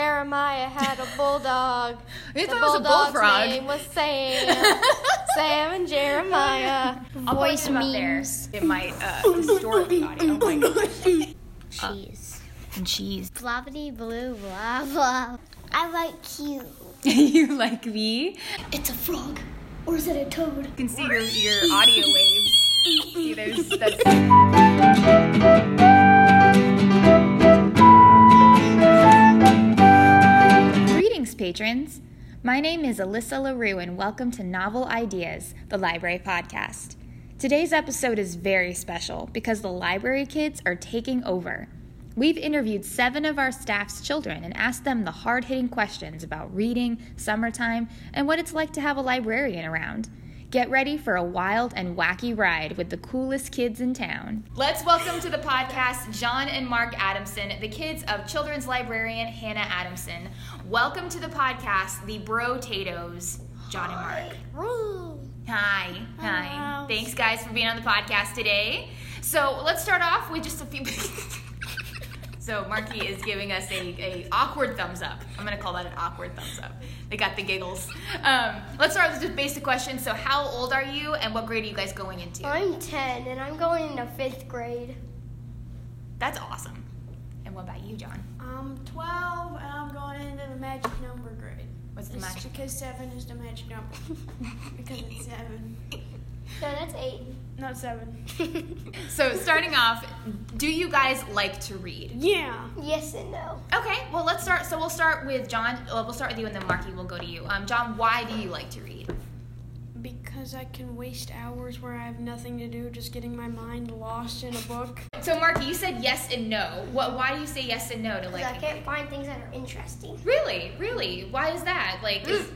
Jeremiah had a bulldog. the You thought it was a bulldog's bullfrog. name was Sam. Sam and Jeremiah. I'll put Voice him up there. memes. It might uh, distort the audio. Oh my gosh. Uh, Cheese. And cheese. Blobbity blue blah blah. I like you. you like me? It's a frog. Or is it a toad? You can see your, your audio waves. See, there's that's Greetings, patrons. My name is Alyssa LaRue, and welcome to Novel Ideas, the Library Podcast. Today's episode is very special because the library kids are taking over. We've interviewed seven of our staff's children and asked them the hard hitting questions about reading, summertime, and what it's like to have a librarian around. Get ready for a wild and wacky ride with the coolest kids in town. Let's welcome to the podcast John and Mark Adamson, the kids of children's librarian Hannah Adamson. Welcome to the podcast, the Bro Tatoes, John and Mark. Hi. Hi. Thanks, guys, for being on the podcast today. So let's start off with just a few. so Marky is giving us a, a awkward thumbs up. I'm gonna call that an awkward thumbs up. They got the giggles. Um, let's start with just basic questions. So how old are you, and what grade are you guys going into? I'm 10 and I'm going into fifth grade. That's awesome. And what about you, John? I'm 12 and I'm going into the magic number grade. What's the It's match? because 7 is the magic number. because it's 7. No, that's eight. Not 7. So starting off, do you guys like to read? Yeah. Yes and no. Okay. Well, let's start. So we'll start with John. uh, Well, we'll start with you, and then Marky will go to you. Um, John, why do you like to read? Because I can waste hours where I have nothing to do just getting my mind lost in a book. So, Mark, you said yes and no. What? Why do you say yes and no to 'Cause I like? can't find things that are interesting. Really, really? Why is that? Like, is,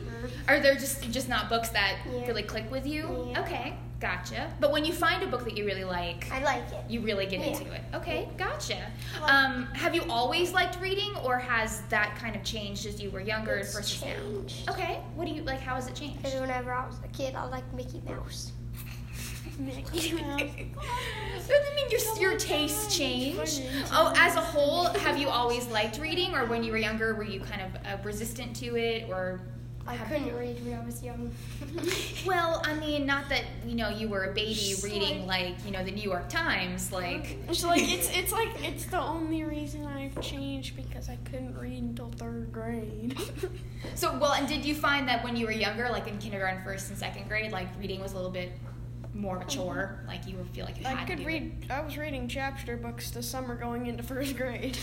are there just just not books that Mm-hmm. Yeah. really click with you? Yeah. Okay, gotcha. But when you find a book that you really like, I like it. you really get Yeah. into it. Okay, gotcha. Um, have you always liked reading, or has that kind of changed as you were younger It's versus changed. now? Okay, what do you like? How has it changed? Because whenever I was a kid, I liked Mickey Mouse. Mickey Mouse. Doesn't mean your your tastes change. Oh, as a whole, have you always liked reading, or when you were younger, were you kind of uh, resistant to it, or? I Have couldn't read when I was young. Well, I mean, not that you know you were a baby reading like you know the New York Times, like. It's like it's it's like it's the only reason I've changed because I couldn't read until third grade. So well, and did you find that when you were younger, like in kindergarten, first and second grade, like reading was a little bit more of a chore, like you would feel like you had I to do could it? read. I was reading chapter books this summer going into first grade.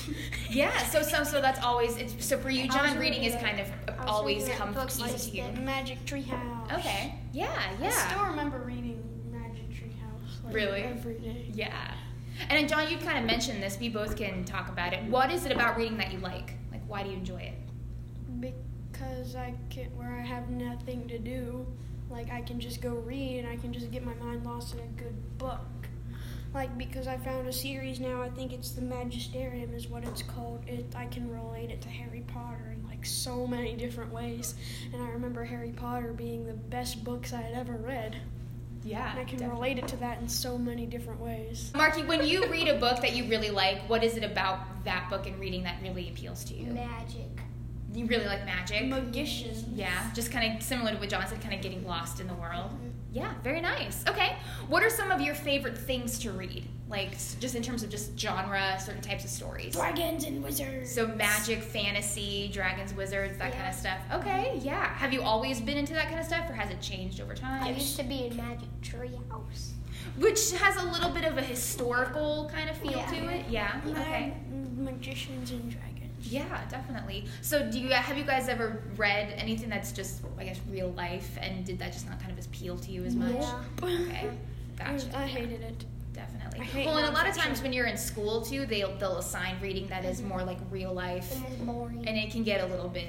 Yeah, so so so that's always it's, so for you, was John. Reading reading is it- kind of was always reading it come books easy like to you. that. Magic Treehouse. Okay. Yeah. I Yeah. still remember reading Magic Tree House. Like, Really? Every day. Yeah. And then, John, you kind of mentioned this. We both can talk about it. What is it about reading that you like? Like, why do you enjoy it? Because I can, where I have nothing to do, like I can just go read and I can just get my mind lost in a good book. Like because I found a series now, I think it's the Magisterium is what it's called. It I can relate it to Harry Potter in like so many different ways, and I remember Harry Potter being the best books I had ever read, Yeah. and I can relate it to that in so many different ways. Marky, when you read a book that you really like, what is it about that book and reading that really appeals to you? Magic. You really like magic? Magician. yeah, just kind of similar to what John said, kind of getting lost in the world. Mm-hmm. Yeah, very nice. Okay, what are some of your favorite things to read? Like, s- just in terms of just genre, certain types of stories. Dragons and wizards. So magic, fantasy, dragons, wizards, that kind Yeah. of stuff. Okay, yeah. Have you always been into that kind of stuff, or has it changed over time? I used to be in Magic Tree House. Which has a little bit of a historical kind of feel Yeah. to it. Yeah. Okay. Magicians and dragons. Yeah, definitely. So, do you have you guys ever read anything that's just I guess real life, and did that just not kind of appeal to you as much? Yeah. Okay. Gotcha. I hated it. Definitely. I hate Well, and a lot of nonfiction. times when you're in school too, they'll they'll assign reading that is more like real life, Mm-hmm. And it's boring. and it can get a little bit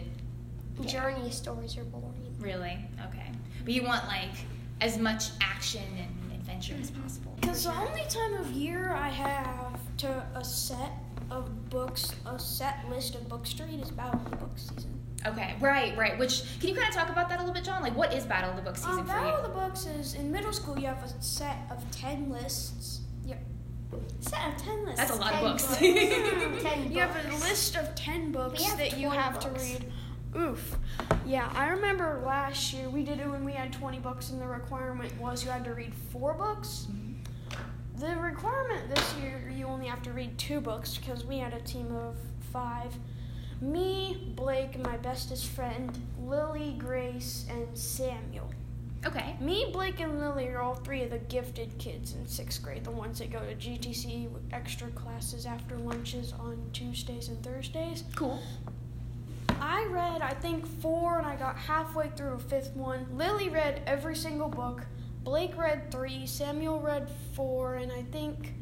Journey stories are boring. Really? Okay. But you want like as much action and adventure as possible. Because the only time of year I have to a set of books, a set list of books to read is Battle of the Book season. Okay. Right. Right. Which can you kind of talk about that a little bit, John? Like, what is Battle of the Book season Um, for Battle you? of the Books is in middle school. You have a set of ten lists. Yep. Set of ten lists. That's a lot of Ten books. books. Ten You have a books. list of ten books We have that you 20 have books. to read. Oof. Yeah, I remember last year we did it when we had twenty books, and the requirement was you had to read four books. Mm-hmm. The requirement this year you only have to read two books because we had a team of five. Me, Blake, my bestest friend, Lily, Grace, and Samuel. Okay. Me, Blake, and Lily are all three of the gifted kids in sixth grade, the ones that go to GTC with extra classes after lunches on Tuesdays and Thursdays. Cool. I read, I think, four, and I got halfway through a fifth one. Lily read every single book. Blake read three. Samuel read four, and I think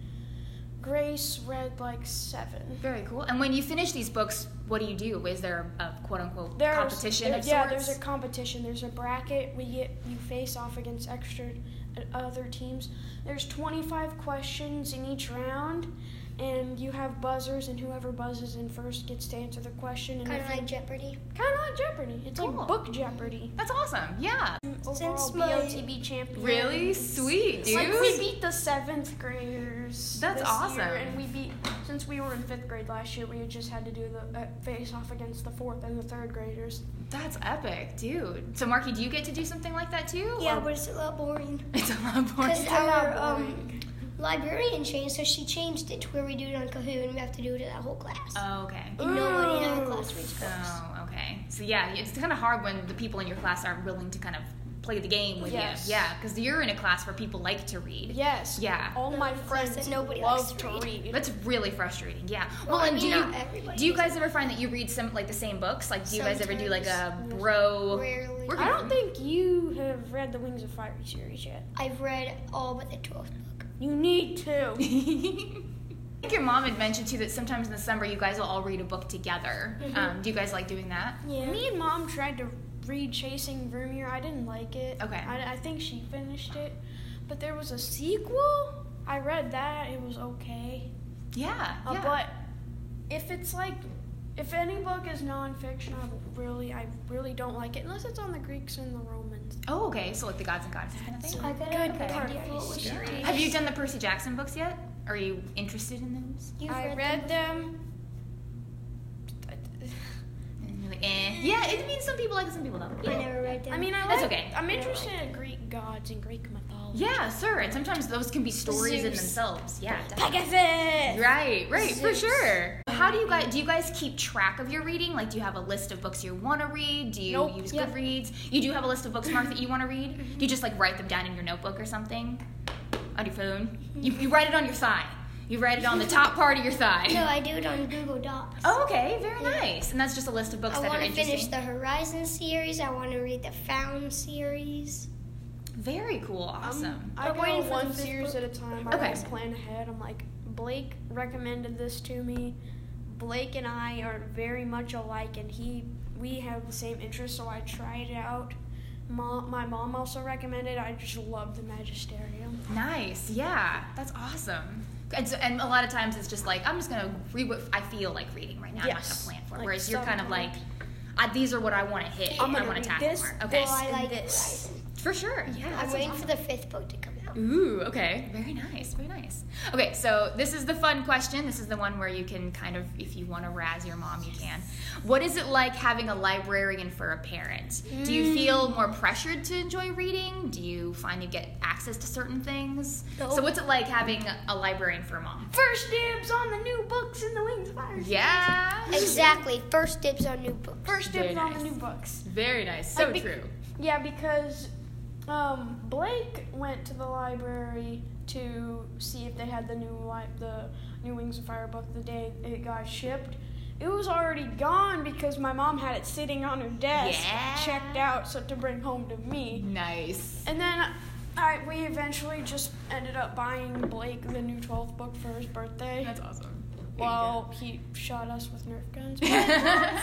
Grace read like seven. Very cool. And when you finish these books, what do you do? Is there a quote unquote There's- competition there- of yeah, sorts? there's a competition. There's a bracket. We get you face off against extra uh, other teams. There's 25 questions in each round, and you have buzzers, and whoever buzzes in first gets to answer the question. And Kind of like Jeopardy. kind of like Jeopardy. It's Cool. like book Jeopardy. That's awesome. Yeah. Overall my- BOTB champion. Really sweet, dude. Like we beat the seventh graders. That's this awesome. Year, and we beat since we were in fifth grade last year. We had just had to do the uh, face off against the fourth and the third graders. That's epic, dude. So, Marky, do you get to do something like that too? Yeah, or- but it's a lot boring. It's a lot more. Because our um, librarian changed, so she changed it to where we do it on Kahoot and we have to do it to that whole class. Oh, okay. and nobody in our class reads books. Oh, okay. So yeah, it's kind of hard when the people in your class aren't willing to kind of play the game with Yes. you. Yeah, because you're in a class where people like to read. Yes. Yeah. All my Class friends that nobody love likes to to read. read. That's really frustrating. Yeah. Well, Well, I and mean, do you not everybody do you guys ever find that you read some like the same books? Like, do you guys ever do like a Sometimes. bro? Rarely. We're I good. don't think you have read the Wings of Fire series yet. I've read all but the 12th book. You need to. I think your mom had mentioned too that sometimes in the summer you guys will all read a book together. Um, do you guys like doing that? Yeah. Me and mom tried to read Chasing Vermeer. I didn't like it. Okay. I, I think she finished it, but there was a sequel. I read that. It was okay. Yeah. Uh, yeah. But if it's like, if any book is nonfiction, I really, I really don't like it unless it's on the Greeks and the Romans. oh, okay. So like the gods and goddesses kind of thing. I got Good a good part. idea for what we should read. Have you done the Percy Jackson books yet? Are you interested in those? You've I them read them. And you're like, eh. Yeah, it means some people like it, some people don't. before? I Yeah. never read them. I mean, I That's like. okay. I'm interested in Greek gods and Greek mythology. Yeah, sure. And sometimes those can be stories in Zeus. themselves. Yeah, definitely. Pegasus. Right, right, for Zeus. sure. How do you guys do you guys keep track of your reading? Like do you have a list of books you want to read? Do you Nope. use Yep. Goodreads? You do have a list of books, Mark, that you want to read? Do you just like write them down in your notebook or something? On your phone? You, you write it on your thigh. You write it on the top part of your thigh. no, I do it on Google Docs. Oh, okay, very nice. And that's just a list of books I that are want to interesting. finish the Horizon series. I want to read the Found series. Very cool, awesome. I I'm go waiting for one the fifth series at book. a time. I Okay. always plan ahead. I'm like, Blake recommended this to me. Blake and I are very much alike, and he we have the same interests, so I tried it out. Mom, my mom also recommended. I just love the Magisterium. Nice. Yeah, that's awesome. And, so, and a lot of times it's just like I'm just gonna read what I feel like reading right now. Yes. I'm not gonna plan for it. Like Whereas you're kind of like, sometimes- I, these are what I want to hit. I'm I gonna want read to tackle. this, more. Okay, Well, I and like this. Horizon. for sure. Yeah. I'm that's waiting awesome. for the fifth book to come out. Ooh, okay. Very nice. Very nice. Okay, so this is the fun question. This is the one where you can kind of, if you want to razz your mom, you can. What is it like having a librarian for a parent? Do you feel more pressured to enjoy reading? Do you find you get access to certain things? So, what's it like having a librarian for a mom? First dibs on the new books in the Wings of Fire. Yeah. Exactly. First dibs on new books. First dibs Very on nice. the new books. Very nice. So I think- true. Yeah, because um, Blake went to the library to see if they had the new li- the new Wings of Fire book the day it got shipped. It was already gone because my mom had it sitting on her desk, Yeah. checked out, so to bring home to me. Nice. And then I, we eventually just ended up buying Blake the new 12th book for his birthday. That's awesome. Well, he shot us with Nerf guns. Ah,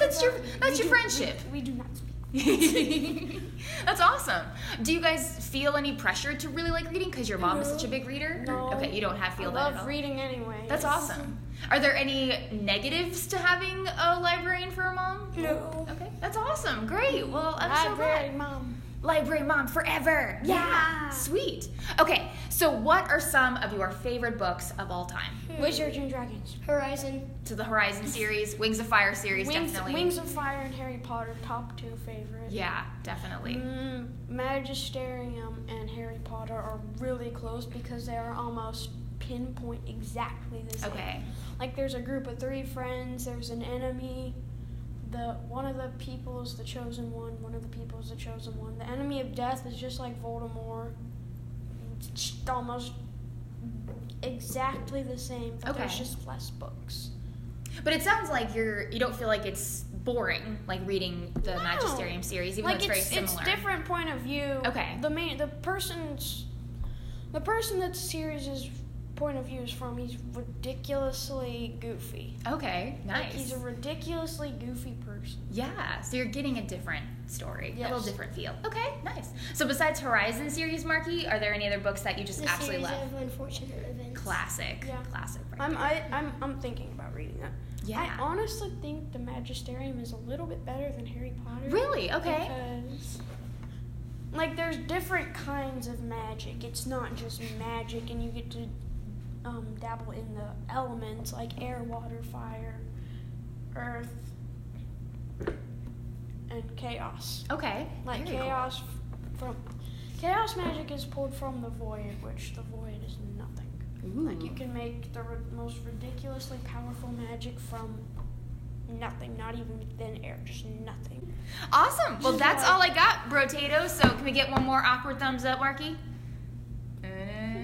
that's your that's your friendship. we do not speak. That's awesome. Do you guys feel any pressure to really like reading because your mom is such a big reader? No. Okay, you don't have I feel that at all. love reading anyway. That's awesome. Are there any negatives to having a librarian for a mom? No. Okay, that's awesome. Great. Well, I'm so Library glad. mom. Library mom forever. Yeah. Sweet. Okay, so what are some of your favorite books of all time? Wizards and Dragons. Horizon. To the Horizon series, Wings of Fire series, Wings, definitely. Wings of Fire and Harry Potter, top two favorites. Yeah, definitely. Mm, Magisterium and Harry Potter are really close because they are almost pinpoint exactly the same. Okay. Like there's a group of three friends. There's an enemy. The one of the people is the chosen one. One of the people is the chosen one. The enemy of death is just like Voldemort. It's just almost exactly the same, but there's Okay. just less books. But it sounds like you're you don't feel like it's boring like reading the No. Magisterium series, even like though it's, it's very it's similar. different point of view. Okay. The main the person's the person that the series is point of view is from he's ridiculously goofy. Okay, Like nice. he's a ridiculously goofy person. yeah, so you're getting a different story, a Yes. little different feel. Okay, nice. So besides Horizon series, Marky, are there any other books that you just The absolutely series love? of unfortunate events. Classic, Yeah. classic. Right? I'm I, I'm I'm thinking about reading that. yeah. I honestly think the Magisterium is a little bit better than Harry Potter. really? Okay. Because like there's different kinds of magic. It's not just magic and you get to um, dabble in the elements like air, water, fire, earth, and chaos. Okay. Like Very cool. chaos f- from chaos magic is pulled from the void, which the void is nothing. Like you Ooh. can make the ri- most ridiculously powerful magic from nothing, not even thin air, just nothing. Awesome. Well, that's all I got, Brotato. So can we get one more awkward thumbs up, Marky?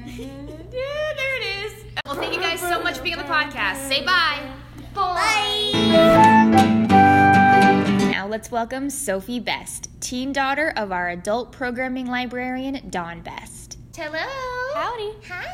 Uh, yeah, there it is. Well, thank you guys so much for being on the podcast. Say bye. Now let's welcome Sophie Best, teen daughter of our adult programming librarian, Dawn Best. Hello. Howdy. Hi.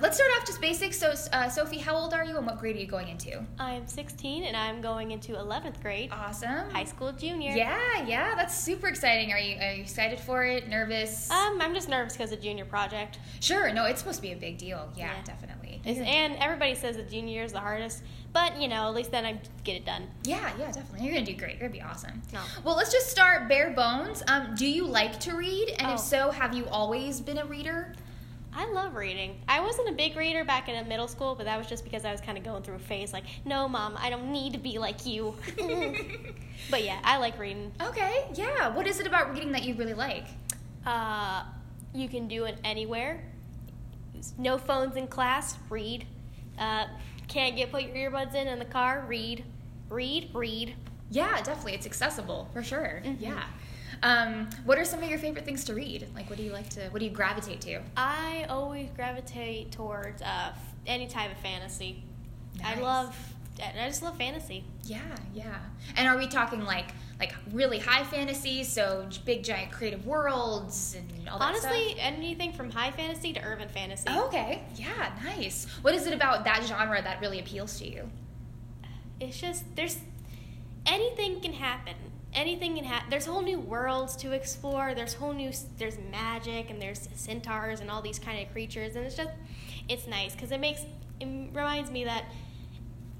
Let's start off just basic. So, uh, Sophie, how old are you and what grade are you going into? I am 16 and I'm going into 11th grade, Awesome. high school junior. Yeah, yeah, that's super exciting. Are you, are you excited for it? Nervous? Um, I'm just nervous because of junior project. sure. No, it's supposed to be a big deal. Yeah, Yeah. definitely. It's- and everybody says the junior year is the hardest, but you know, at least then I get it done. Yeah, yeah, definitely. You're gonna do great. You're gonna be awesome. No. Well, let's just start bare bones. Um, do you like to read? And Oh. if so, have you always been a reader? I love reading. I wasn't a big reader back in middle school, but that was just because I was kind of going through a phase like, no, mom, I don't need to be like you. but yeah, I like reading. Okay. Yeah. What is it about reading that you really like? Uh, you can do it anywhere. No phones in class, read. Uh, can't get put your earbuds in in the car, read. Read, read. Yeah, definitely. It's accessible for sure. Mm-hmm. Yeah. Um, what are some of your favorite things to read? Like, what do you like to? What do you gravitate to? I always gravitate towards uh, f- any type of fantasy. I Nice. love, I just love fantasy. Yeah, yeah. And are we talking like like really high fantasy, so j- big giant creative worlds and all that Honestly, stuff? anything from high fantasy to urban fantasy. Okay. Yeah. Nice. What is it about that genre that really appeals to you? It's just there's anything can happen. Anything can happen. There's whole new worlds to explore. There's whole new s- there's magic and there's centaurs and all these kind of creatures and it's just it's nice because it makes it reminds me that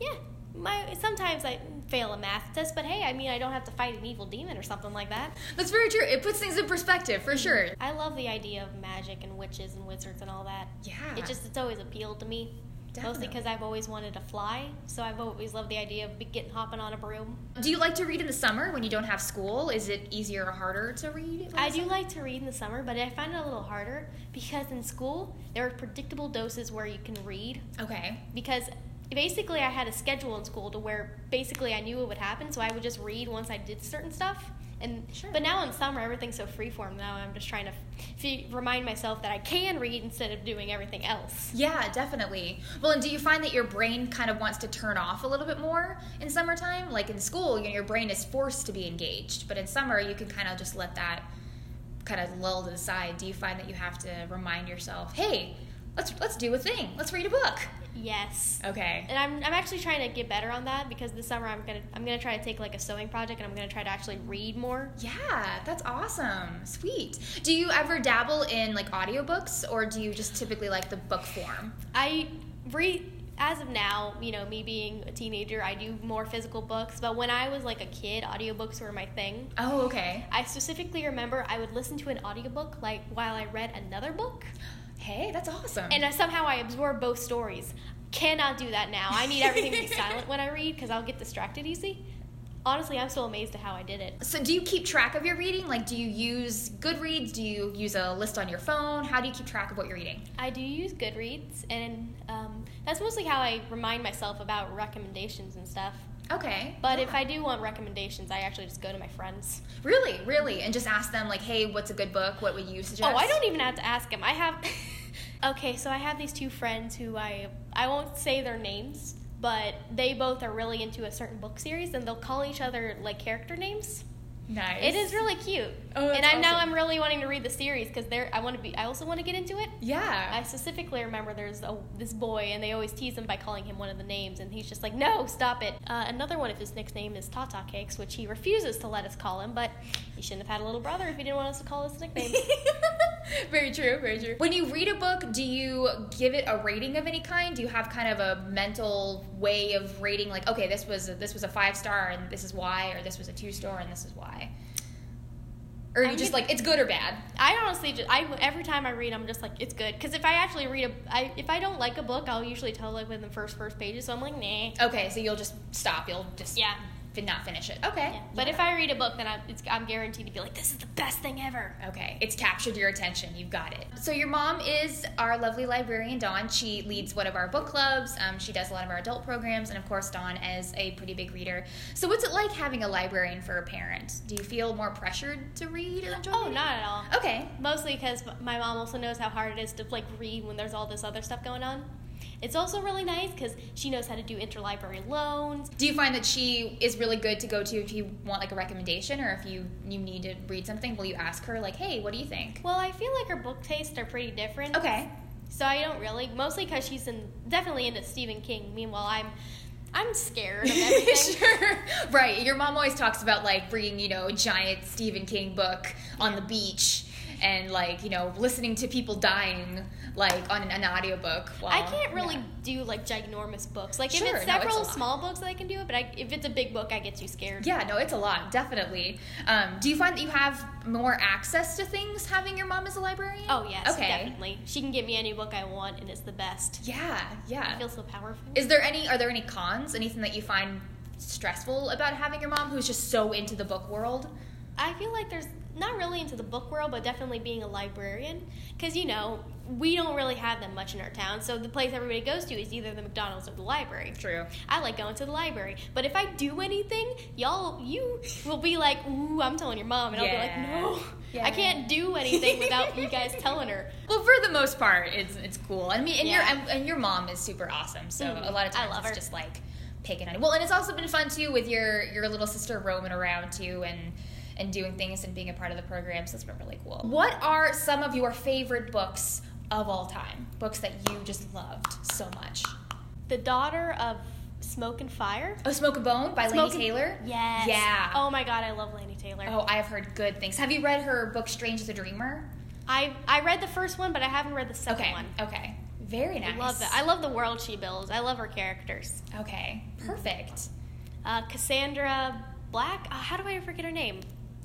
yeah my sometimes I fail a math test but hey I mean I don't have to fight an evil demon or something like that. That's very true. It puts things in perspective for sure. I love the idea of magic and witches and wizards and all that. Yeah. It just it's always appealed to me. Mostly Definitely. because I've always wanted to fly, so I've always loved the idea of be- getting hopping on a broom. Do you like to read in the summer when you don't have school? Is it easier or harder to read? I do like to read in the summer, but I find it a little harder because in school there are predictable doses where you can read. Okay. Because basically, I had a schedule in school to where basically I knew what would happen, so I would just read once I did certain stuff. And Sure. but now in summer everything's so freeform. Now I'm just trying to f- f- remind myself that I can read instead of doing everything else. Yeah, definitely. Well, and do you find that your brain kind of wants to turn off a little bit more in summertime? Like in school, you know, your brain is forced to be engaged, but in summer, you can kind of just let that kind of lull to the side. Do you find that you have to remind yourself, "Hey, let's let's do a thing. Let's read a book." Yes. Okay. And I'm, I'm actually trying to get better on that because this summer I'm gonna I'm gonna try to take like a sewing project and I'm gonna try to actually read more. Yeah, that's awesome. Sweet. Do you ever dabble in like audiobooks or do you just typically like the book form? I read as of now, you know, me being a teenager, I do more physical books, but when I was like a kid, audiobooks were my thing. Oh, okay. I specifically remember I would listen to an audiobook like while I read another book, Hey, that's awesome. and I, somehow I absorbed both stories. Cannot do that now. I need everything to be silent when I read because I'll get distracted easy. Honestly, I'm still amazed at how I did it. so, do you keep track of your reading? Like, do you use Goodreads? Do you use a list on your phone? How do you keep track of what you're reading? I do use Goodreads, and um, that's mostly how I remind myself about recommendations and stuff. Okay. But if I do want recommendations, I actually just go to my friends. Really, really, and just ask them, like, hey, what's a good book? What would you suggest? Oh, I don't even have to ask them. I have. okay, so I have these two friends who I I won't say their names, but they both are really into a certain book series, and they'll call each other like character names. Nice. It is really cute. Oh, that's and I'm now awesome. I'm really wanting to read the series because they're I want to be I also want to get into it. I Yeah. specifically remember there's a, this boy, and they always tease him by calling him one of the names, and he's just like, no, stop it. Uh, another one of his nickname is Tata Cakes, which he refuses to let us call him, but he shouldn't have had a little brother if he didn't want us to call his nickname. very true. Very true. When you read a book, do you give it a rating of any kind? Do you have kind of a mental way of rating, like, okay, this was a, this was a five star, and this is why, or this was a two star, and this is why? Or are you I'm just gonna- like it's good or bad? I honestly, just, I every time I read, I'm just like, it's good. Because if I actually read a, I, if I don't like a book, I'll usually tell like within the first first pages. So I'm like, nah. Okay, so you'll just stop. You'll just Yeah. fin- not finish it. Okay. yeah. But if I read a book, then I'm, it's, I'm guaranteed to be like, this is the best thing ever. Okay, it's captured your attention. You've got it. So your mom is our lovely librarian, Dawn. She leads one of our book clubs. Um, she does a lot of our adult programs, and of course, Dawn is a pretty big reader. So what's it like having a librarian for a parent? Do you feel more pressured to read and enjoy? Oh, reading? not at all. Okay. Mostly because my mom also knows how hard it is to like read when there's all this other stuff going on. It's also really nice because she knows how to do interlibrary loans. Do you find that she is really good to go to if you want like a recommendation or if you you need to read something? Will you ask her like, hey, what do you think? Well, I feel like her book tastes are pretty different. Okay. So I don't really, mostly because she's in definitely into Stephen King. Meanwhile, I'm I'm scared of everything. sure. Right. Your mom always talks about like bringing, you know, a giant Stephen King book on the beach and like, you know, listening to people dying like on an, an audiobook. While, I can't really yeah. do like ginormous books. Like Sure, if no, it's it's a several lot. small books, I can do it. But I, if it's a big book, I get too scared. Yeah, no, it's a lot, definitely. Um, do you find that you have more access to things having your mom as a librarian? Oh yes, Okay. definitely. She can give me any book I want, and it's the best. Yeah, I yeah. feel so powerful. Is there any are there any cons? Anything that you find stressful about having your mom who's just so into the book world? I feel like there's not really into the book world, but definitely being a librarian. Because, you know, we don't really have them much in our town. So the place everybody goes to is either the McDonald's or the library. True. I like going to the library. But if I do anything, y'all, you will be like, ooh, I'm telling your mom. And Yeah. I'll be like, no, Yeah. I can't do anything without you guys telling her. Well, for the most part, it's it's cool. I mean, and Yeah. your and, and your mom is super awesome. So Mhm. a lot of I times love it's her. just like picking on. Well, and it's also been fun too with your your little sister roaming around too and and doing things and being a part of the program. So it's been really cool. What are some of your favorite books of all time? Books that you just loved so much. The daughter of Smoke and Fire. Oh, Smoke a Bone by Smoke Lainey and- Taylor. Yes. Yeah. Oh my God, I love Lanny Taylor. Oh, I have heard good things. Have you read her book Strange as a Dreamer? I, I read the first one, but I haven't read the second Okay. one. Okay. Very nice. I love that. I love the world she builds. I love her characters. okay. Perfect. uh, Cassandra Black. Oh, how do I forget her name?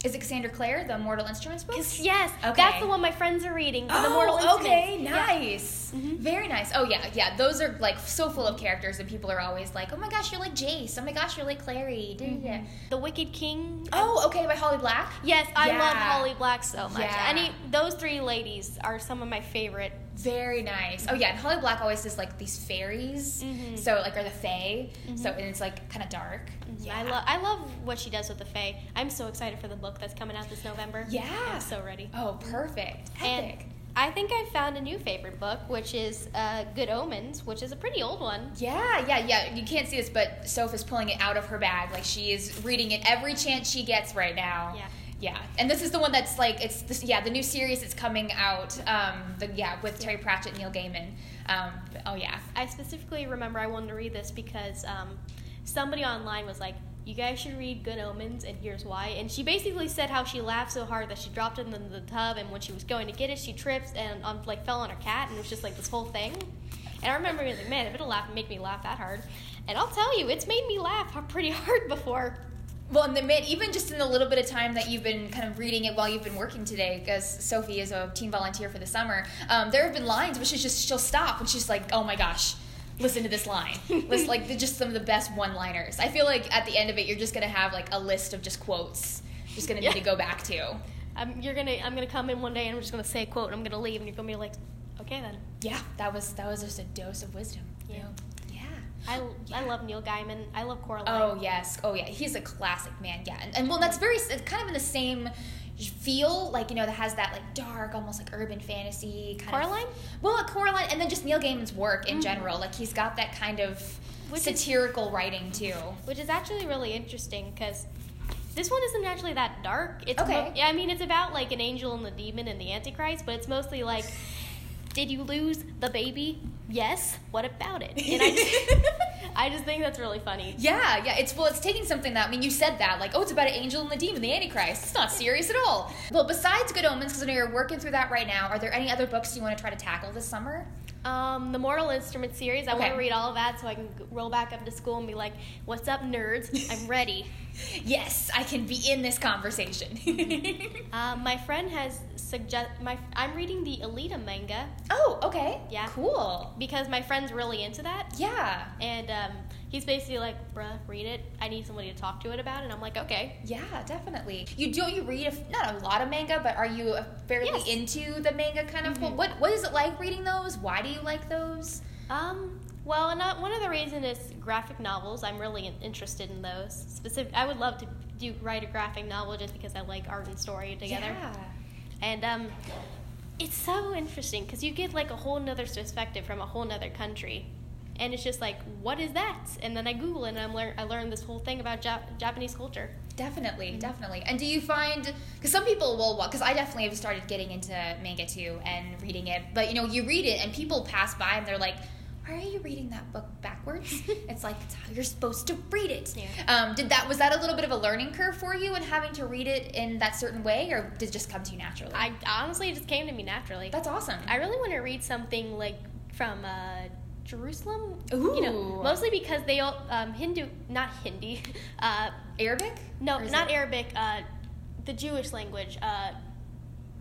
Is it Cassandra Clare, the Mortal Instruments book? Cause yes, Okay. that's the one my friends are reading. Oh, the Mortal Instruments. okay, Yeah. Mm-hmm. nice, very nice. Oh yeah, yeah. Those are like so full of characters, and people are always like, "Oh my gosh, you're like Jace. Oh my gosh, you're like Clary." Da, da, Mm-hmm. da. The Wicked King. Oh, okay, by Holly Black. Yes, I Yeah. love Holly Black so much. Yeah. Any those three ladies are some of my favorite. Very nice. Oh yeah, and Holly Black always does like these fairies, Mm-hmm. so like or the fae. So and it's like kind of dark. Mm-hmm. I love I love what she does with the Fae. I'm so excited for the book that's coming out this November. Yeah. I'm so ready. Oh, perfect. Epic. And I think I found a new favorite book, which is uh, Good Omens, which is a pretty old one. Yeah, yeah, yeah. You can't see this, but Soph is pulling it out of her bag. Like she is reading it every chance she gets right now. Yeah. Yeah. And this is the one that's like it's this, yeah the new series that's coming out. Um, the, yeah, with Terry Pratchett, and Neil Gaiman. Um, but- oh yeah. I specifically remember I wanted to read this because um, somebody online was like, "You guys should read Good Omens, and here's why." And she basically said how she laughed so hard that she dropped it into the tub, and when she was going to get it, she tripped and um, like fell on her cat, and it was just like this whole thing. And I remember being like, man, if it'll laugh, make me laugh that hard. And I'll tell you, it's made me laugh pretty hard before. Well, and the mid, even just in the little bit of time that you've been kind of reading it while you've been working today, because Sophie is a teen volunteer for the summer, um, there have been lines where she's just she'll stop and she's like, "Oh my gosh, listen to this line." List like the, just some of the best one-liners. I feel like at the end of it, you're just gonna have like a list of just quotes, just gonna need to go back to. I'm, you're gonna, I'm gonna come in one day and I'm just gonna say a quote and I'm gonna leave and you're gonna be like, okay then. Yeah, that was that was just a dose of wisdom. Yeah. Yeah. I, I love Neil Gaiman. I love Coraline. Oh yes. Oh yeah. He's a classic man. Yeah. And, and well, that's very it's kind of in the same feel, like you know, that has that like dark, almost like urban fantasy kind Coraline? Mm. of. Well, uh, Coraline, and then just Neil Gaiman's work in general. Like he's got that kind of Which is- satirical writing too. which is actually really interesting because this one isn't actually that dark. It's Okay. mo- yeah, I mean, it's about like an angel and the demon and the antichrist, but it's mostly like, did you lose the baby? Yes. What about it? And I just, I just think that's really funny. Yeah, yeah. It's well, it's taking something that I mean, you said that like, oh, it's about an angel and the demon, the Antichrist. It's not serious at all. Well, besides Good Omens, because I know you're working through that right now. Are there any other books you want to try to tackle this summer? Um, the Mortal Instrument series. I want Okay. to read all of that so I can g- roll back up to school and be like, "What's up, nerds? I'm ready." Yes, I can be in this conversation. um, my friend has suggest my I'm reading the Alita manga Oh, okay. Yeah. Cool. because my friend's really into that. Yeah. And um, he's basically like, bruh, read it. I need somebody to talk to it about. And I'm like, okay. Yeah, definitely. You do you read a, f- not a lot of manga, but are you uh, fairly Yes. Mm-hmm. into the manga kind of? What What is it like reading those? Why do you like those? Um, well, and uh, one of the reasons is graphic novels. I'm really in- interested in those. Specific, I would love to do write a graphic novel just because I like art and story together. Yeah. And um, it's so interesting because you get like a whole nother perspective from a whole nother country. And it's just like, what is that? And then I Google it and I'm lear- I learned this whole thing about Jap- Japanese culture. Definitely, Mm. definitely. And do you find because some people will because I definitely have started getting into manga too and reading it, but you know you read it and people pass by and they're like. Why are you reading that book backwards? it's like it's how you're supposed to read it. Yeah. Um, did that was that a little bit of a learning curve for you and having to read it in that certain way, or did it just come to you naturally? I honestly, it just came to me naturally. That's awesome. I really want to read something like from uh, Jerusalem. You Ooh. know, mostly because they all um, Hindu, not Hindi. Uh, Arabic? no, Or is not it- Arabic. Uh, the Jewish language. Uh,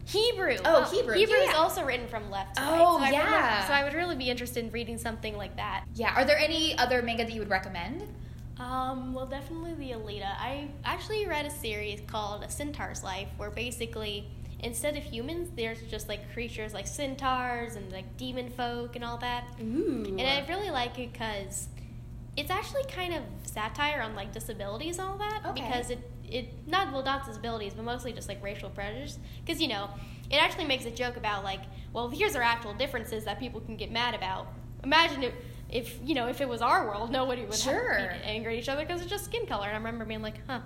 Hebrew. Oh, Hebrew. Hebrew Yeah, is yeah. also written from left. To Oh, right. So I really- yeah. so I would really be interested in reading something like that. Yeah. Are there any other manga that you would recommend? Um, well, definitely the Alita. I actually read a series called A Centaur's Life, where basically instead of humans, there's just like creatures like centaurs and like demon folk and all that. Ooh. And I really like it because it's actually kind of satire on like disabilities and all that. Okay. Because it it not well not disabilities, but mostly just like racial prejudice. Because you know, it actually makes a joke about like, well, here's our actual differences that people can get mad about. Imagine if. If you know, if it was our world, nobody would have- Sure. be angry at each other because it's just skin color. And I remember being like, "Huh."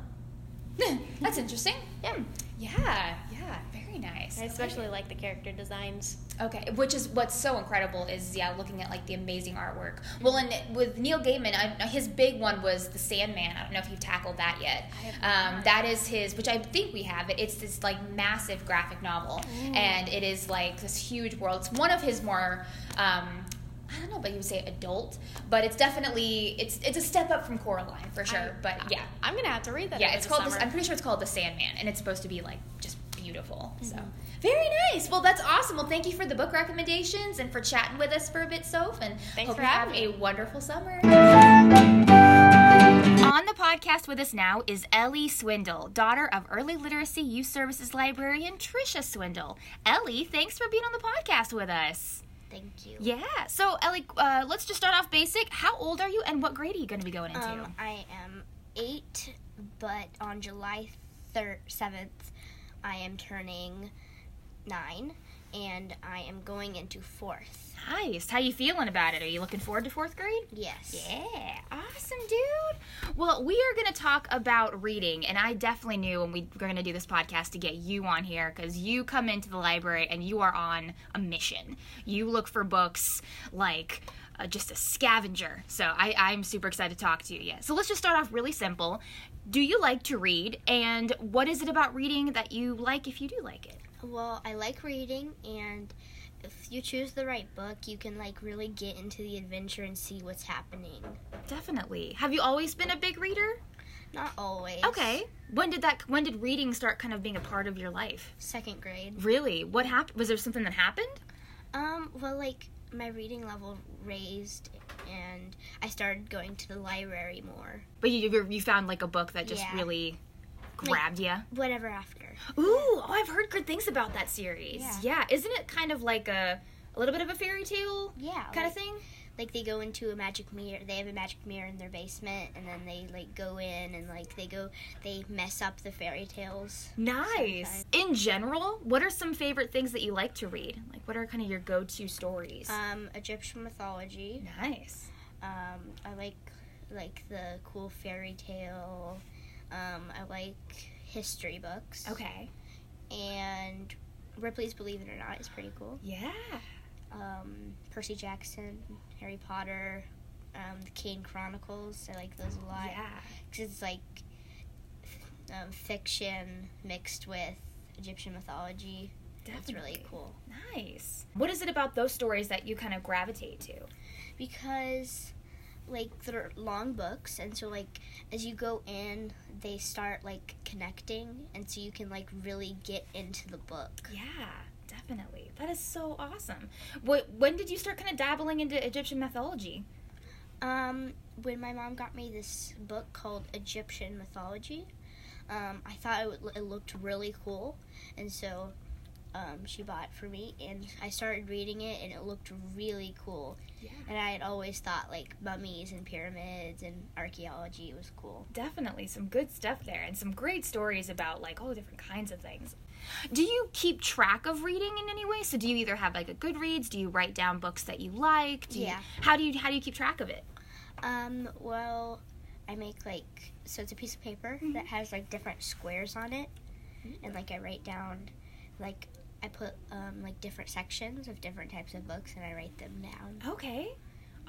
That's interesting. Yeah. Yeah. Yeah. Very nice. I especially like the character designs. Okay, which is what's so incredible is yeah, looking at like the amazing artwork. Well, and with Neil Gaiman, I, his big one was The Sandman. I don't know if you've tackled that yet. Um, that is his, which I think we have. It. It's this like massive graphic novel, and it is like this huge world. It's one of his more. Um, I don't know, but you would say adult, but it's definitely it's it's a step up from Coraline for sure. I- but yeah, I'm gonna have to read that. yeah, over it's the called. The, summer. I'm pretty sure it's called the Sandman, and it's supposed to be like just beautiful. So Mm-hmm. very nice. Well, that's awesome. Well, thank you for the book recommendations and for chatting with us for a bit, Soph. And Thanks hope for you have having a wonderful summer. On the podcast with us now is Ellie Swindle, daughter of Early Literacy Youth Services librarian Trisha Swindle. Ellie, thanks for being on the podcast with us. Thank you. Yeah. So, Ellie, uh, let's just start off basic. How old are you, and what grade are you going to be going into? Um, I am eight, but on July thir- 7th, I am turning nine, and I am going into fourth. Nice. How you feeling about it? Are you looking forward to fourth grade? Yes. Yeah, awesome, dude. Well, we are going to talk about reading, and I definitely knew when we were going to do this podcast to get you on here because you come into the library and you are on a mission. You look for books like uh, just a scavenger. So I, I'm super excited to talk to you. Yeah. So let's just start off really simple. Do you like to read, and what is it about reading that you like if you do like it? Well, I like reading, and if you choose the right book, you can like really get into the adventure and see what's happening. Definitely. Have you always been a big reader? Not always. Okay. When did that when did reading start kind of being a part of your life? Second grade. Really? What happened? Was there something that happened? Um, well, like my reading level raised, and I started going to the library more. But you you- you found like a book that just Yeah. really grabbed you. Whatever after. Ooh, oh, I've heard good things about that series. Yeah. isn't it kind of like a a little bit of a fairy tale Yeah. kind like, of thing? Like they go into a magic mirror. They have a magic mirror in their basement, and then they like go in and like they go they mess up the fairy tales. Nice. In general, what are some favorite things that you like to read? Like what are kind of your go-to stories? Um, Egyptian mythology. nice. Um, I like like the cool fairy tale. Um, I like history books. Okay. And Ripley's Believe It or Not is pretty cool. Yeah. Um, Percy Jackson, Harry Potter, um, the Kane Chronicles. I like those a lot. Yeah. 'Cause it's like um, fiction mixed with Egyptian mythology. That's really cool. Nice. What is it about those stories that you kind of gravitate to? because like they're long books and so like as you go in they start like connecting and so you can like really get into the book Yeah, definitely. That is so awesome. What, when did you start kind of dabbling into Egyptian mythology? um when my mom got me this book called egyptian mythology um, i thought it, would, it looked really cool and so um, she bought it for me and i started reading it and it looked really cool Yeah. and i had always thought like mummies and pyramids and archaeology was cool Definitely some good stuff there and some great stories about like all the different kinds of things. Do you keep track of reading in any way? So do you either have like a Goodreads, do you write down books that you like? Do you- Yeah. how do you how do you keep track of it? Um, well, I make like so it's a piece of paper Mm-hmm. that has like different squares on it, and like I write down, like I put um like different sections of different types of books, and I write them down Okay.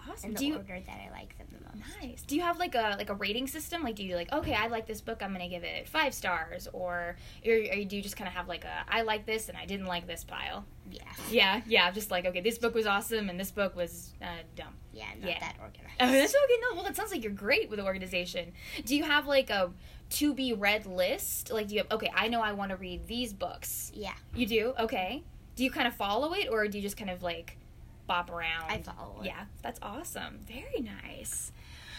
Awesome. in Oh, Do the you order that I like them the most. Nice. Do you have like a like a rating system? Like, do you like okay, I like this book, I'm gonna give it five stars, or or, or do you just kind of have like a I like this and I didn't like this pile? Yeah, Yeah, yeah. Just like okay, this book was awesome and this book was uh, dumb. yeah, I'm not Yeah. that organized. Oh, that's okay. No, well, it sounds like you're great with organization. Do you have like a to be read list? Like, do you have okay? I know I want to read these books. Yeah, You do okay. Do you kind of follow it, or do you just kind of like bop around? I follow. it. Yeah, that's awesome. Very nice.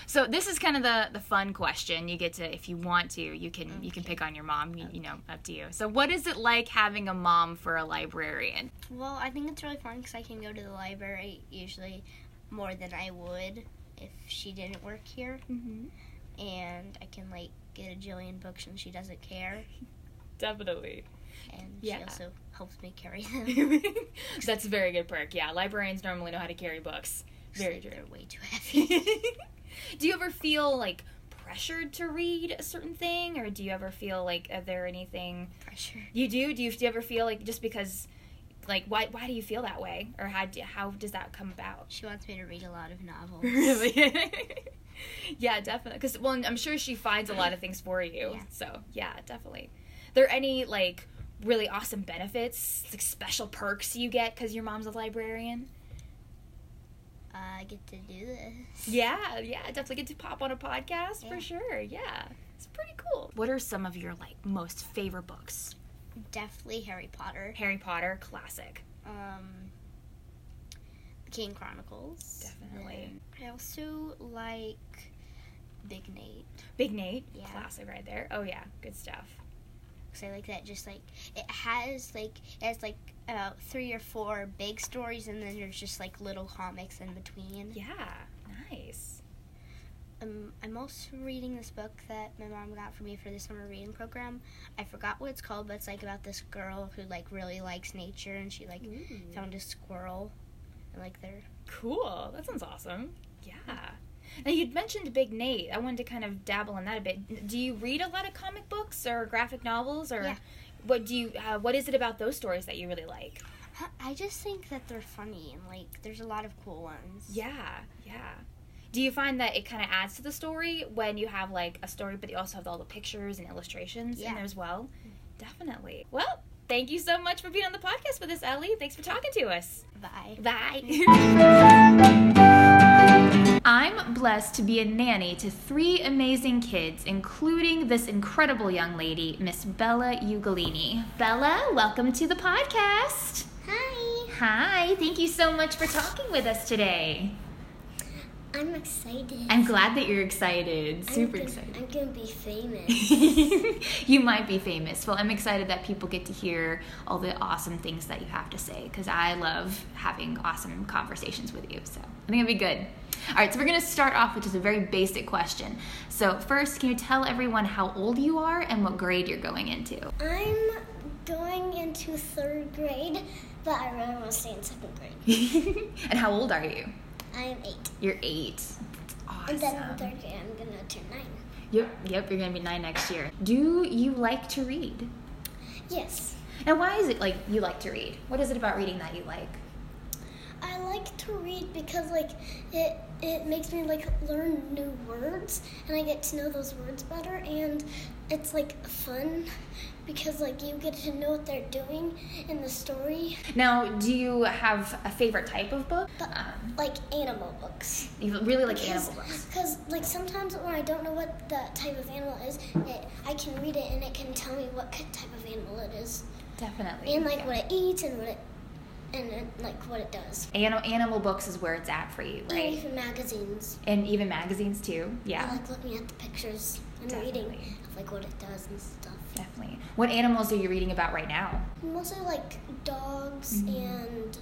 So this is kind of the the fun question. You get to if you want to, you can you can pick on your mom, you, you know, up to you. So what is it like having a mom for a librarian? Well, I think it's really fun because I can go to the library usually more than I would if she didn't work here, Mm-hmm. and I can like get a jillion books and she doesn't care. Definitely. and Yeah. she also helps me carry them. That's a very good perk. Yeah, librarians normally know how to carry books. Very Like, true. They're way too heavy. do you ever feel like pressured to read a certain thing or do you ever feel like are there anything Pressure. You do? Do you, do you ever feel like just because, like, why why do you feel that way, or how do, how does that come about? She wants me to read a lot of novels. Uh, yeah, definitely. Because well, I'm sure she finds a lot of things for you. Yeah. So yeah, definitely. There any like really awesome benefits, like special perks you get because your mom's a librarian? Uh, I get to do this. Yeah, yeah, definitely get to pop on a podcast Yeah. for sure. Yeah. It's pretty cool. What are some of your like most favorite books? Definitely Harry Potter. Harry Potter, classic. Um, The King Chronicles. Definitely. I also like Big Nate Big Nate, Yeah. classic right there. Oh yeah, good stuff. because I like that. Just like it has like it has like about three or four big stories, and then there's just like little comics in between. Yeah, nice. Um, I'm also reading this book that my mom got for me for the summer reading program. I forgot what it's called, but it's like about this girl who like really likes nature and she like found a squirrel and like they're Cool. That sounds awesome. Yeah. Now you'd mentioned Big Nate. I wanted to kind of dabble in that a bit. Do you read a lot of comic books or graphic novels or Yeah. what do you uh, what is it about those stories that you really like? I just think that they're funny and like there's a lot of cool ones. Yeah, yeah. Do you find that it kind of adds to the story when you have like a story, but you also have all the pictures and illustrations in Yeah. there as well? Definitely. Well, Thank you so much for being on the podcast with us, Ellie. Thanks for talking to us. Bye. Bye. I'm blessed to be a nanny to three amazing kids, including this incredible young lady, Miss Bella Ugolini. Bella, welcome to the podcast. Hi, Hi, thank you so much for talking with us today. I'm excited. I'm glad that you're excited. Super I'm gonna, excited. I'm gonna be famous. you might be famous. Well, I'm excited that people get to hear all the awesome things that you have to say because I love having awesome conversations with you. So I think it'd be good. All right, so we're going to start off with just a very basic question. So, first, can you tell everyone how old you are and what grade you're going into? I'm going into third grade, but I really want to stay in second grade. and how old are you? I am eight, You're eight. That's awesome. and then in third grade I'm gonna turn nine. Yep, yep, you're going to be nine next year. Do you like to read? Yes, Now, why is it like you like to read? What is it about reading that you like? I like to read because like it it makes me like learn new words, and I get to know those words better, and it's like fun because like you get to know what they're doing in the story, Now, do you have a favorite type of book? but Um, like animal books. you really like animal books. Because like sometimes when I don't know what the type of animal is, it, I can read it and it can tell me what ki- type of animal it is, Definitely. and like what it eats and what it and uh, like what it does. Animal, animal books is where it's at for you, And right? even magazines. And even magazines too. I Yeah, like looking at the pictures and reading Definitely. of like what it does and stuff. definitely. What animals are you reading about right now? Mostly like dogs Mm-hmm. and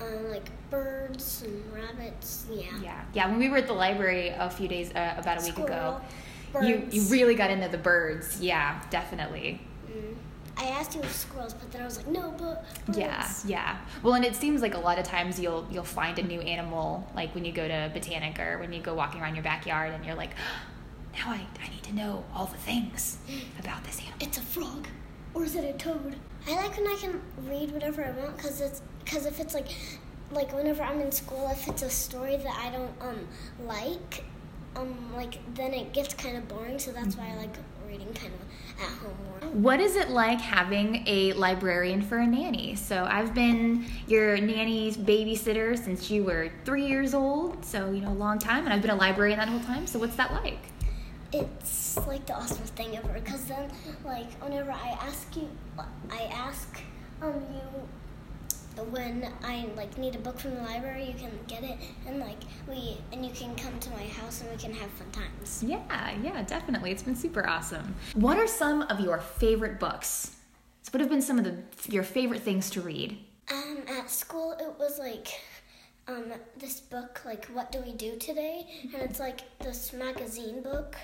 um, like birds and rabbits. Yeah. Yeah, yeah. When we were at the library a few days, uh, about a week ago, Squirrel, you you birds. really got into the birds. Yeah, definitely. Mm. I asked you if squirrels, but then I was like, no, but birds. Yeah, yeah. Well, and it seems like a lot of times you'll you'll find a new animal, like when you go to Botanic or when you go walking around your backyard, and you're like, "Oh, now I, I need to know all the things about this animal. It's a frog, or is it a toad? I like when I can read whatever I want, cause it's cause if it's like like whenever I'm in school, if it's a story that I don't um like, um like then it gets kind of boring. So that's why I like reading kind of at home more. What is it like having a librarian for a nanny? So I've been your nanny's babysitter since you were three years old, so you know a long time, and I've been a librarian that whole time. So what's that like? It's like the awesomest thing ever, cause then like whenever I ask you, I ask um you when I like need a book from the library, you can get it, and like we and you can come to my house and we can have fun times. Yeah, yeah, definitely. It's been super awesome. What are some of your favorite books? So what have been some of the your favorite things to read? Um, at school, it was like um, this book, like What Do We Do Today? And it's like this magazine book.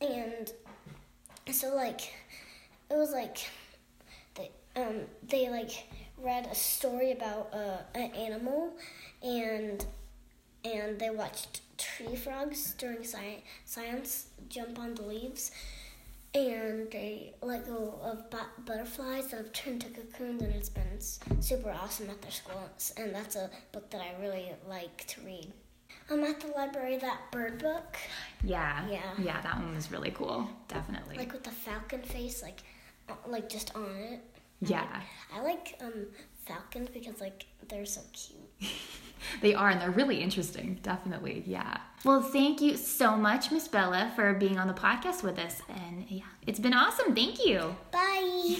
And so, like, it was like they, um, they like read a story about uh, an animal and and they watched tree frogs during sci- science jump on the leaves and they let go of bu- butterflies that have turned to cocoons and it's been s- super awesome at their school and that's a book that i really like to read i'm at the library that bird book Yeah. Yeah. Yeah, that one was really cool. Definitely. like with the falcon face like uh, like just on it yeah. i like um falcons because like they're so cute They are and they're really interesting. Definitely. Yeah. Well, thank you so much, Miss Bella, for being on the podcast with us. And yeah, it's been awesome. Thank you. bye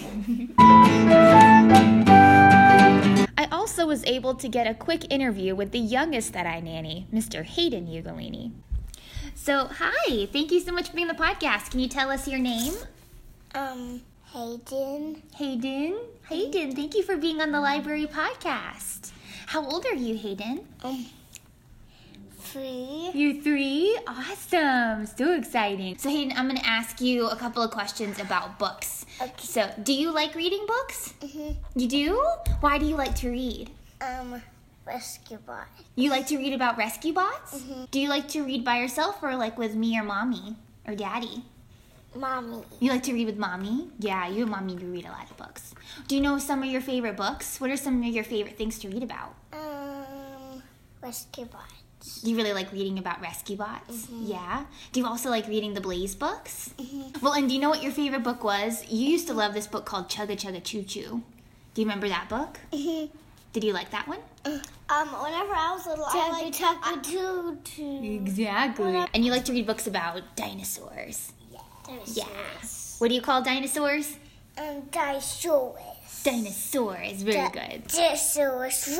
I also was able to get a quick interview with the youngest that I nanny, Mr. Hayden Ugolini. So, hi, thank you so much for being on the podcast. Can you tell us your name? um hayden Hayden. Hayden, thank you for being on the library podcast. How old are you, Hayden? free You're three? Awesome. So exciting. So, Hayden, I'm going to ask you a couple of questions about books. Okay. So, do you like reading books? You do? Why do you like to read? Mm-hmm. um rescue bot You like to read about rescue bots? Do you like to read by yourself or like with me or mommy or daddy? mommy You like to read with mommy? Yeah, you and mommy you read a lot of books. Do you know some of your favorite books? What are some of your favorite things to read about? Um, rescue bot. bots. You really like reading about rescue bots? Yeah. Do you also like reading the Blaze books? Well, and do you know what your favorite book was? You used to love this book called Chugga Chugga Choo Choo. Do you remember that book? Mm-hmm. Did you like that one? Um, whenever I was little, I liked Tucker too. Exactly. And you like to read books about dinosaurs. Yeah. What do you call dinosaurs? Um, dinosaurs. Dinosaurs. Very good. Dinosaurs.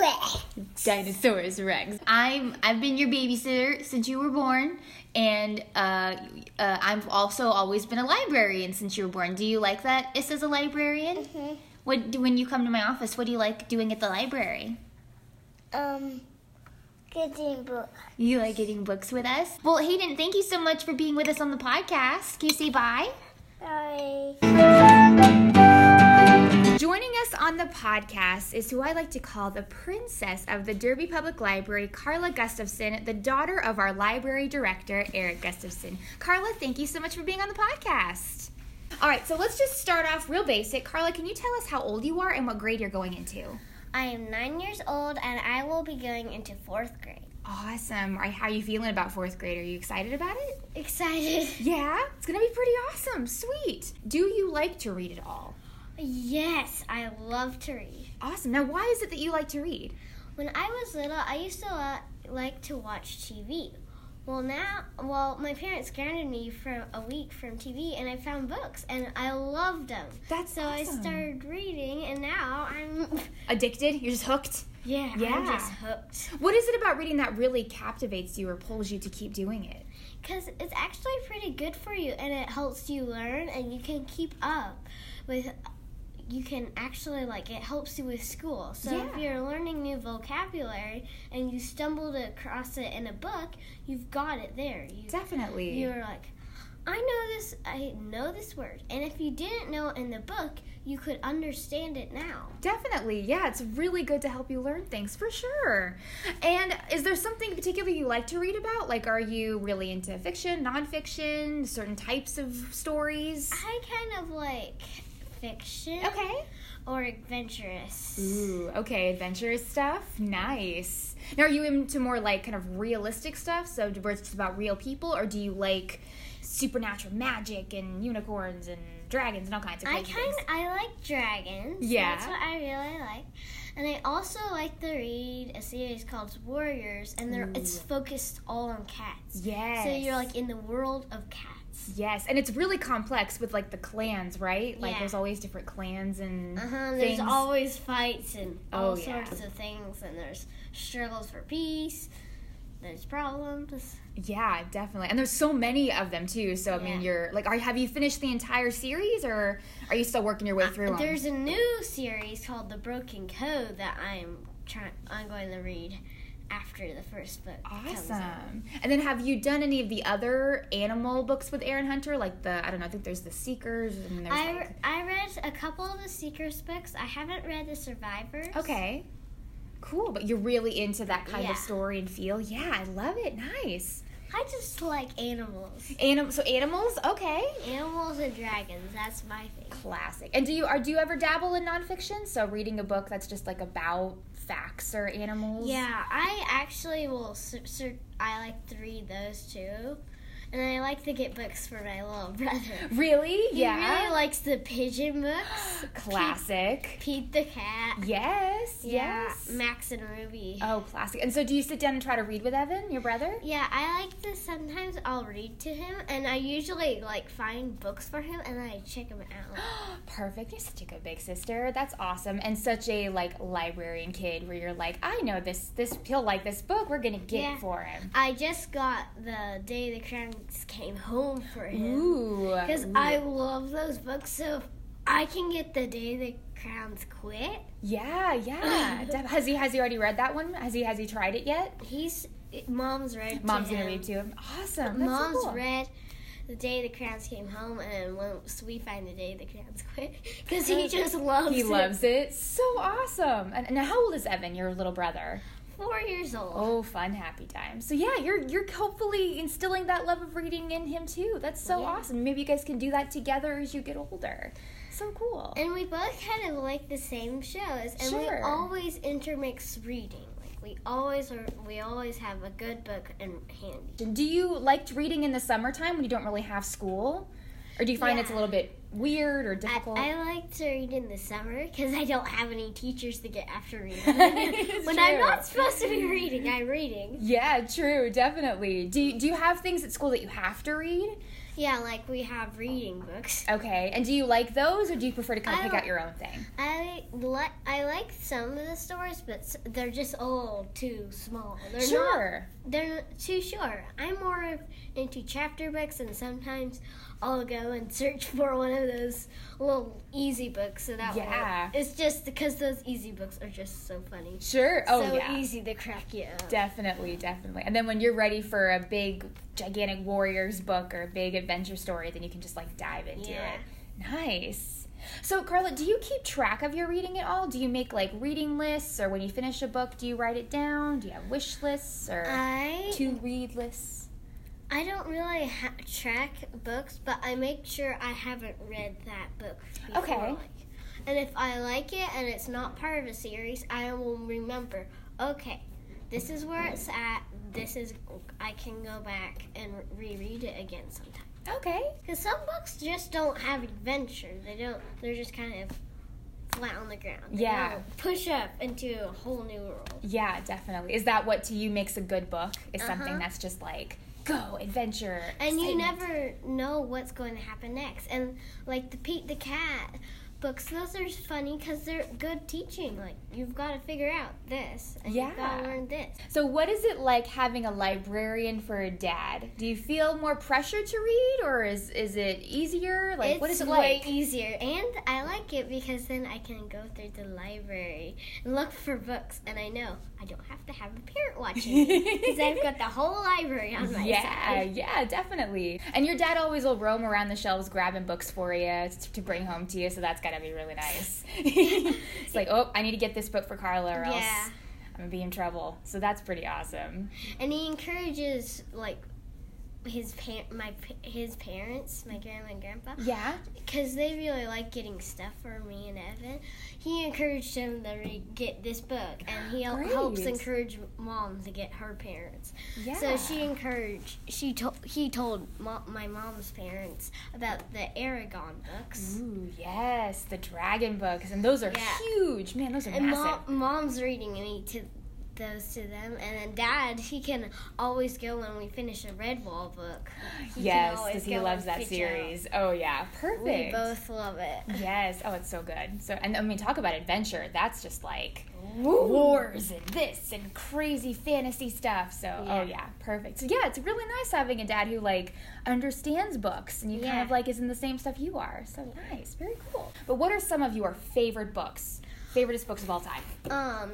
Dinosaurs Rex. I'm I've been your babysitter since you were born, and uh, uh, I've also always been a librarian since you were born. Do you like that? Is as a librarian? Mm-hmm. What do, when you come to my office? What do you like doing at the library? Um, getting book. You like getting books with us? Well, Hayden, thank you so much for being with us on the podcast. Can you say bye? Sorry. Joining us on the podcast is who I like to call the princess of the Derby Public Library, Carla Gustafson, the daughter of our library director, Eric Gustafson. Carla, thank you so much for being on the podcast. All right, so let's just start off real basic. Carla, can you tell us how old you are and what grade you're going into? I am nine years old and I will be going into fourth grade. Awesome. All right, how are you feeling about fourth grade? Are you excited about it? Excited. Yeah, it's gonna be pretty awesome. Sweet. Do you like to read at all? Yes, I love to read. Awesome. Now, why is it that you like to read? When I was little, I used to uh, like to watch TV. Well, now, well, my parents grounded me for a week from TV, and I found books, and I loved them. That's so I awesome. started reading, and now I'm Addicted? You're just hooked? yeah, Yeah. I'm just hooked. What is it about reading that really captivates you or pulls you to keep doing it? Because it's actually pretty good for you, and it helps you learn, and you can keep up with. You can actually like it helps you with school. So Yeah. if you're learning new vocabulary and you stumbled across it in a book, you've got it there. You, Definitely. You're like, I know this. I know this word. And if you didn't know it in the book, you could understand it now. Definitely. Yeah, it's really good to help you learn things for sure. And is there something particularly you like to read about? Like, are you really into fiction, nonfiction, certain types of stories? I kind of like fiction Okay. Mm. or adventurous. Ooh, okay, adventurous stuff. Nice. Now, are you into more like kind of realistic stuff? So, where it's just about real people, or do you like supernatural magic and unicorns and dragons and all kinds of I crazy kind things? I like dragons. Yeah. that's what I really like. And I also like to read a series called Warriors, and they're, it's focused all on cats. Yes. So you're like in the world of cats. Yes, and it's really complex with like the clans, right? Like Yeah. there's always different clans and Uh huh. things. There's always fights and all Oh, yeah. sorts of things, and there's struggles for peace. There's problems. yeah, definitely. And there's so many of them too. So I mean, Yeah. you're like, are have you finished the entire series, or are you still working your way through 'em? Uh, There's a new series called The Broken Code that I'm trying. I'm going to read after the first book. comes out. Awesome. And then have you done any of the other animal books with Aaron Hunter? Like the I don't know, I think there's the Seekers and there's I, like, re- I read a couple of the Seekers books. I haven't read the Survivors. Okay. Cool, but you're really into that kind Yeah. of story and feel. Yeah, I love it. Nice. I just like animals. Anim- so animals, okay. Animals and dragons, that's my thing. Classic. And do you are do you ever dabble in nonfiction? So reading a book that's just like about facts or animals. Yeah, I actually will. Sur- sur- I like to read those too. And I like to get books for my little brother. Really? He Yeah. really likes the pigeon books. Classic. Pete the cat. Yes. Yeah, Yes. Max and Ruby. Oh, classic. And so do you sit down and try to read with Evan, your brother? Yeah, I like to sometimes I'll read to him and I usually like find books for him and I check them out. Perfect. You're such a good big sister. That's awesome. And such a like librarian kid where you're like, I know this this he'll like this book. We're gonna get Yeah. it for him. I just got the day the crowns came home for him Ooh. because I love those books. So if I can get the day the crowns quit, Yeah, yeah. Def- has he has he already read that one? Has he has he tried it yet? he's mom's read. Mom's to gonna him. read to him. Awesome. That's so Mom's cool. read the day the crowns came home, and once we find the day the crowns quit, because he just loves. He it. loves it. So awesome. And, and how old is Evan, your little brother? Four years old. Oh, fun, happy time. So yeah, you're you're hopefully instilling that love of reading in him too. That's so Yeah. awesome. Maybe you guys can do that together as you get older. So cool. And we both kind of like the same shows, and we Sure. always intermix reading. Like We always are, we always have a good book in handy. Do you liked reading in the summertime when you don't really have school? Or do you find it's a little bit weird or I, difficult? I like to read in the summer because I don't have any teachers to get after me. when I'm not supposed to be reading, I'm reading. yeah, true, definitely. Do you, do you have things at school that you have to read? Yeah, like we have reading books. Okay, and do you like those or do you prefer to kind of I pick don't- out your own thing? I like I like some of the stories, but s- they're just a little too small. They're not Sure. They're too short. I'm more of- into chapter books, and sometimes I'll go and search for one of those little easy books. So that Yeah. way, it's just because those easy books are just so funny, Sure. Oh, so yeah. easy to crack you up. Definitely, definitely. And then when you're ready for a big, gigantic warriors book or a big adventure story, then you can just like dive into Yeah. it. Nice. So, Carla, do you keep track of your reading at all? Do you make like reading lists, or when you finish a book, do you write it down? Do you have wish lists or I to read lists? I don't really ha- track books, but I make sure I haven't read that book. Before. Okay. like. And if I like it and it's not part of a series, I will remember. Okay, this is where it's at. This is I can go back and reread it again sometime. Okay. Because some books just don't have adventure. They don't. They're just kind of flat on the ground. They Yeah. don't Push up into a whole new world. Yeah, definitely. Is that what to you makes a good book? Is something Uh-huh. that's just like go adventure. and you excitement. never know what's going to happen next. And like the Pete the Cat books, those are funny because they're good teaching. Like you've got to figure out this, and you've got Yeah. to learn this. So, what is it like having a librarian for a dad? Do you feel more pressure to read, or is is it easier? Like, it's what is it way like? easier, and I like it because then I can go through the library and look for books, and I know I don't have to have a parent watching because I've got the whole library on my yeah, side. yeah, definitely. And your dad always will roam around the shelves grabbing books for you t- to bring home to you, so that's gotta be really nice. it's like, oh, I need to get this book for Carla, or Yeah. else I'm gonna be in trouble. So that's pretty awesome. and he encourages like his pa- my pa- his parents, my grandma and grandpa, Yeah. because they really like getting stuff for me and Evan. He encouraged him to re- get this book, and he hel- helps Great. encourage mom to get her parents. Yeah. So she encouraged. She told he told mo- my mom's parents about the Aragon books. Ooh, yes, the dragon books, and those are Yeah. huge, man. Those are And massive. mom, mom's reading me to those to them, and then dad he can always go when we finish a Redwall book. He can yes, always because he go and loves that fetch out. series. Oh yeah, perfect. We both love it. Yes. Oh, it's so good. So, and I mean, talk about adventure. That's just like wars and this and crazy fantasy stuff. So, oh yeah, perfect. So yeah, it's really nice having a dad who like understands books and you kind Yeah. of like is in the same stuff you are. So nice, very cool. But what are some of your favorite books? Favoriteest books of all time? Um,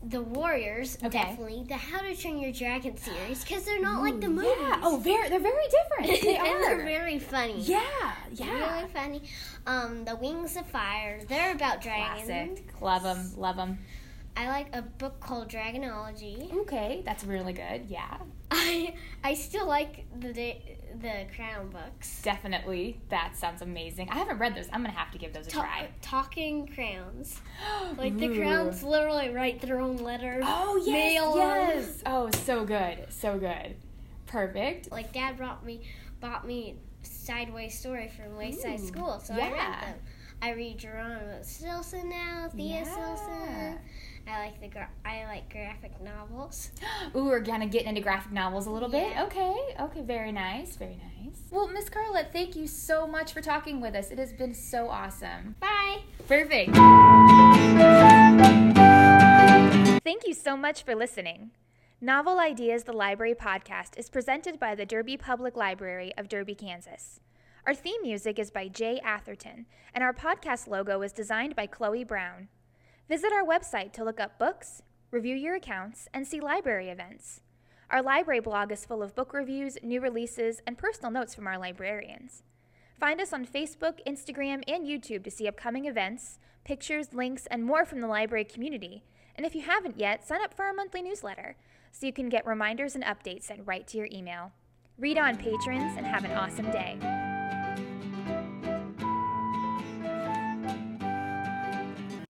the Warriors Okay. definitely the How to Train Your Dragon series because they're not like the movies. Yeah. Oh, very. They're very different. They and they're are. very funny. Yeah. Yeah. Really funny. Um, the Wings of Fire. They're about dragons. Classic. Love them. Love them. I like a book called Dragonology. Okay, that's really good. Yeah, I I still like the da- the Crown books. definitely. That sounds amazing. I haven't read those. I'm gonna have to give those a Ta- try. Talking crowns. Like Ooh. the crowns literally write their own letter. Oh yes, Mail 'em. yes. Oh, so good, so good. Perfect. Like dad brought me bought me Sideways Story from Wayside School, so I yeah. read them. I read Geronimo Stilson now, Yeah. Thea Stilson. I like the gra- I like graphic novels. Ooh, we're kind of getting into graphic novels a little bit. Yeah. Okay, okay, very nice, very nice. Well, Miss Carlette, thank you so much for talking with us. It has been so awesome. Bye. Perfect. Thank you so much for listening. Novel Ideas the Library podcast is presented by the Derby Public Library of Derby, Kansas. Our theme music is by Jay Atherton, and our podcast logo is designed by Chloe Brown. Visit our website to look up books, review your accounts, and see library events. Our library blog is full of book reviews, new releases, and personal notes from our librarians. Find us on Facebook, Instagram, and YouTube to see upcoming events, pictures, links, and more from the library community. And if you haven't yet, sign up for our monthly newsletter so you can get reminders and updates sent right to your email. Read on, patrons, and have an awesome day.